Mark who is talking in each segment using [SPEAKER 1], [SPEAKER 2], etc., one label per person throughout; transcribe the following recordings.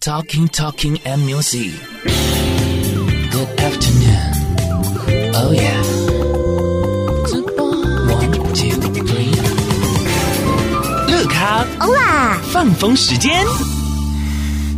[SPEAKER 1] Talking, talking and music. Good afternoon. Oh yeah. One, two, three. 乐咖
[SPEAKER 2] 哇，
[SPEAKER 1] 放风时间，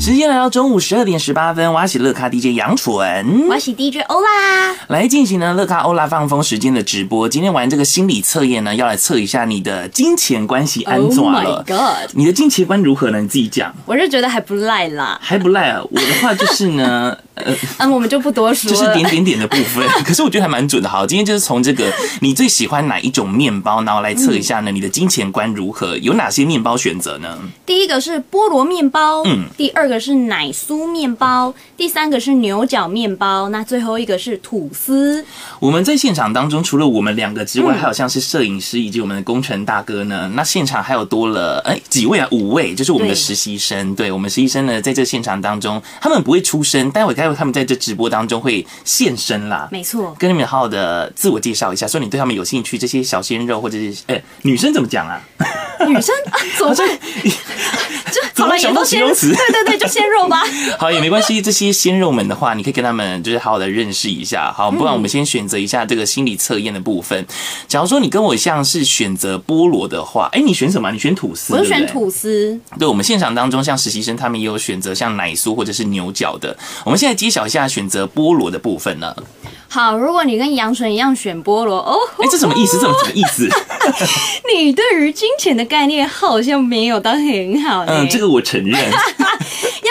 [SPEAKER 1] 时间来到中午十二点十八分，我喜乐咖 DJ 杨纯。
[SPEAKER 2] 我是 DJ 欧啦，
[SPEAKER 1] 来进行呢乐咖欧拉放风时间的直播。今天玩这个心理测验呢，要来测一下你的金钱关系安怎
[SPEAKER 2] Oh
[SPEAKER 1] 了。
[SPEAKER 2] my god
[SPEAKER 1] 你的金钱观如何呢？你自己讲，
[SPEAKER 2] 我是觉得还不赖啦，
[SPEAKER 1] 还不赖啊。我的话就是 呢，呃，
[SPEAKER 2] 嗯，我们就不多说
[SPEAKER 1] 就
[SPEAKER 2] 了。
[SPEAKER 1] 是点点点的部 分。可是我觉得还蛮准的。好，今天就是从这个你最喜欢哪一种面包，然后来测一下呢你的金钱观如何，有哪些面包选择呢？
[SPEAKER 2] 第一个是菠萝面包，
[SPEAKER 1] 嗯
[SPEAKER 2] 第二个是奶酥面包，第三个是牛角面包，那最后一个是吐司。
[SPEAKER 1] 我们在现场当中，除了我们两个之外，
[SPEAKER 2] 嗯
[SPEAKER 1] 还有像是摄影师以及我们的工程大哥呢。那现场还有多了哎几位啊，五位，就是我们的
[SPEAKER 2] 对
[SPEAKER 1] 实习生。对我们实习生呢，在这现场当中，他们不会出声，待会待会他们在这直播当中会现身啦。
[SPEAKER 2] 没错，
[SPEAKER 1] 跟你们好好的自我介绍一下，说你对他们有兴趣，这些小鲜肉或者是哎、女生怎么讲啊？
[SPEAKER 2] 女生 啊，怎么会 就
[SPEAKER 1] 怎么
[SPEAKER 2] 好了，
[SPEAKER 1] 想
[SPEAKER 2] 也
[SPEAKER 1] 到
[SPEAKER 2] 都
[SPEAKER 1] 形
[SPEAKER 2] 鲜
[SPEAKER 1] 容
[SPEAKER 2] 肉，
[SPEAKER 1] 词
[SPEAKER 2] 对对对，就鲜 肉吧。
[SPEAKER 1] 好，也没关系。这些鲜肉们的话，你可以跟他们就是好好的认识一下。好，不然我们先选择一下这个心理测验的部分。假如说你跟我像是选择菠萝的话，哎、你选什么啊？你选吐司，
[SPEAKER 2] 我就
[SPEAKER 1] 对不
[SPEAKER 2] 选
[SPEAKER 1] 对。
[SPEAKER 2] 吐司，
[SPEAKER 1] 对，我们现场当中，像实习生他们也有选择像奶酥或者是牛角的。我们现在揭晓一下选择菠萝的部分了。
[SPEAKER 2] 好，如果你跟杨纯一样选菠萝，哦，
[SPEAKER 1] 哎、这什么意思？这什么意思？
[SPEAKER 2] 你对于金钱的概念好像没有到很好呢。
[SPEAKER 1] 嗯，这个我承认，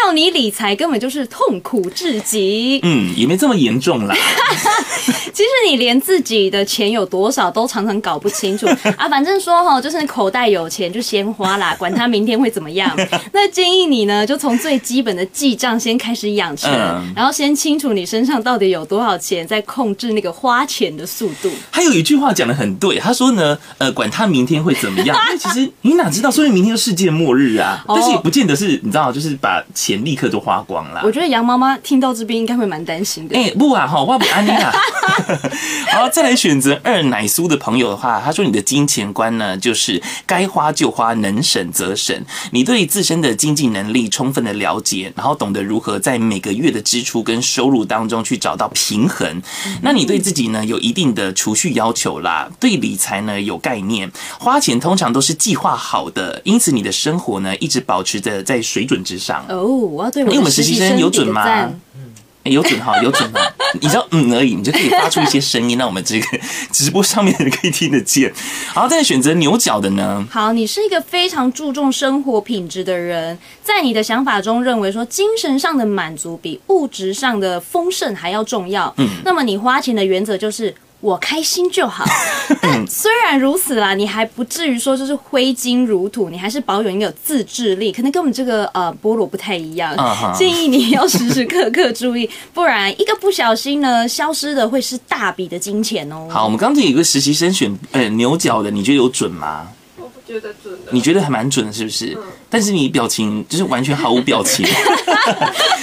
[SPEAKER 2] 要你理财根本就是痛苦至极。
[SPEAKER 1] 嗯，也没这么严重啦。
[SPEAKER 2] 其实你连自己的钱有多少都常常搞不 清楚啊。反正说哈，就是口袋有钱就先 花啦，管他明天会怎么样。那建议你呢，就从最基本的记账先开始养成，
[SPEAKER 1] 嗯
[SPEAKER 2] 然后先清楚你身上到底有多少钱，再控制那个花钱的速度。
[SPEAKER 1] 他有一句话讲的很对，他说呢，呃，管他明天会怎么样，因为其实你哪知道，说明明天就世界末日啊，
[SPEAKER 2] 哦
[SPEAKER 1] 但是也不见得是，你知道，就是把钱立刻就花光啦
[SPEAKER 2] 我。觉得杨妈妈听到这边应该会蛮担心的。
[SPEAKER 1] 啊哎、不啊哈，我不安妮啊。 好，再来选择二奶酥的朋友的话，他说你的金钱观呢，就是该花就花，能省则省。你对自身的经济能力充分的了解，然后懂得如何在每个月的支出跟收入当中去找到平衡。那你对自己呢有一定的储蓄要求啦，对理财呢有概念，花钱通常都是计划好的，因此你的生活呢一直保持着在水准之上。
[SPEAKER 2] 哦，我要对
[SPEAKER 1] 因为我
[SPEAKER 2] 我
[SPEAKER 1] 们
[SPEAKER 2] 的
[SPEAKER 1] 实
[SPEAKER 2] 实
[SPEAKER 1] 习
[SPEAKER 2] 习
[SPEAKER 1] 生
[SPEAKER 2] 生
[SPEAKER 1] 有
[SPEAKER 2] 点
[SPEAKER 1] 准
[SPEAKER 2] 个
[SPEAKER 1] 吗
[SPEAKER 2] 赞。
[SPEAKER 1] 欸有准哈，有准哈，你知道嗯而已，你就可以发出一些声音，让我们这个直播上面的人可以听得见。然后再选择牛角的呢，
[SPEAKER 2] 好，你是一个非常注重生活品质的人，在你的想法中认为说精神上的满足比物质上的丰盛还要重要。嗯，那么你花钱的原则就是。我开心 就好，但虽然如此啦，你还不至于说就是挥金如土，你还是保有一个自制力，可能跟我们这个呃菠萝不太一样。
[SPEAKER 1] 啊哈
[SPEAKER 2] 建议你要时时刻刻注意，不然一个不小心呢，消失的会是大笔的金钱哦。
[SPEAKER 1] 好，我们刚才有一个实习生选呃牛角的，你觉得有准吗？
[SPEAKER 3] 我不觉得准的。嗯
[SPEAKER 1] 你觉得还蛮准的，是不是？但是你表情就是完全毫无 表情，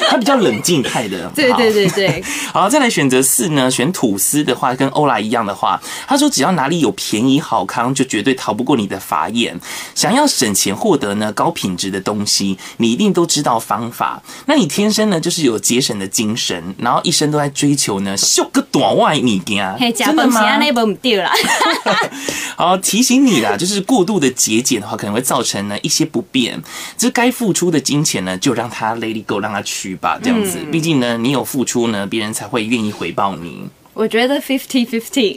[SPEAKER 1] 他比较冷静派的。
[SPEAKER 2] 对
[SPEAKER 1] 好
[SPEAKER 2] 对对对，
[SPEAKER 1] 好，再来选择四呢？选吐司的话，跟欧拉一样的话，他说只要哪里有便宜好康，就绝对逃不过你的法眼。想要省钱获得呢高品质的东西，你一定都知道方法。那你天生呢就是有节省的精神，然后一生都在追求呢秀个短外你啊，
[SPEAKER 2] 嘿，假
[SPEAKER 1] 真的
[SPEAKER 2] 本钱
[SPEAKER 1] 吗？
[SPEAKER 2] 那本对啦。
[SPEAKER 1] 好，提醒你啦，就是过度的节俭的话，可能会造成呢一些不便。就是该付出的金钱呢，就让它 let it go，让它去吧，这样子。
[SPEAKER 2] 嗯
[SPEAKER 1] 毕竟呢，你有付出呢，别人才会愿意回报你。
[SPEAKER 2] 我觉得 fifty fifty，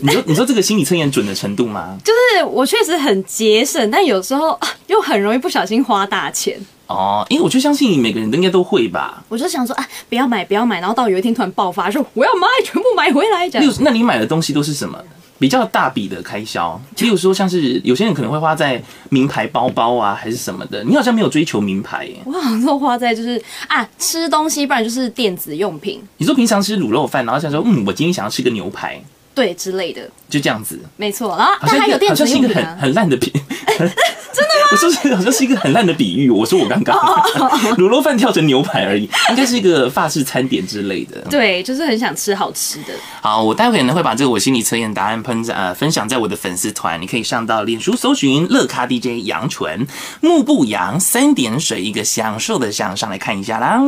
[SPEAKER 1] 你 说你说这个心理测验准的程度吗？
[SPEAKER 2] 就是我确实很节省，但有时候啊又很容易不小心花大钱。
[SPEAKER 1] 哦，因为我就相信每个人都应该都会吧。
[SPEAKER 2] 我就想说啊，不要买，不要买，然后到有一天突然爆发，说我要买，全部买回来，这
[SPEAKER 1] 例
[SPEAKER 2] 样
[SPEAKER 1] 如，那你买的东西都是什么？比较大笔的开销，例如说像是有些人可能会花在名牌包包啊，还是什么的。你好像没有追求名牌耶。
[SPEAKER 2] 我好像都花在就是啊吃东西，不然就是电子用品，
[SPEAKER 1] 你说平常吃卤肉饭，然后想说，嗯，我今天想要吃个牛排，
[SPEAKER 2] 对之类的，
[SPEAKER 1] 就这样子。
[SPEAKER 2] 没错。然后
[SPEAKER 1] 好
[SPEAKER 2] 但
[SPEAKER 1] 像
[SPEAKER 2] 还
[SPEAKER 1] 一个
[SPEAKER 2] 有电
[SPEAKER 1] 好像
[SPEAKER 2] 子
[SPEAKER 1] 是一
[SPEAKER 2] 用
[SPEAKER 1] 个
[SPEAKER 2] 品
[SPEAKER 1] 很
[SPEAKER 2] 啊，
[SPEAKER 1] 很烂的品，真的吗？ 我说是好像是一个很烂的比喻。我说我刚
[SPEAKER 2] 哦
[SPEAKER 1] 刚卤肉饭跳成牛排而已，应该是一个法式餐点之类的。
[SPEAKER 2] 对，就是很想吃好吃的。
[SPEAKER 1] 好，我待会呢会把这个我心理测验答案分呃分享在我的粉丝团，你可以上到脸书搜寻乐咖 DJ 杨纯木不杨三点水一个享受的享上来看一下啦。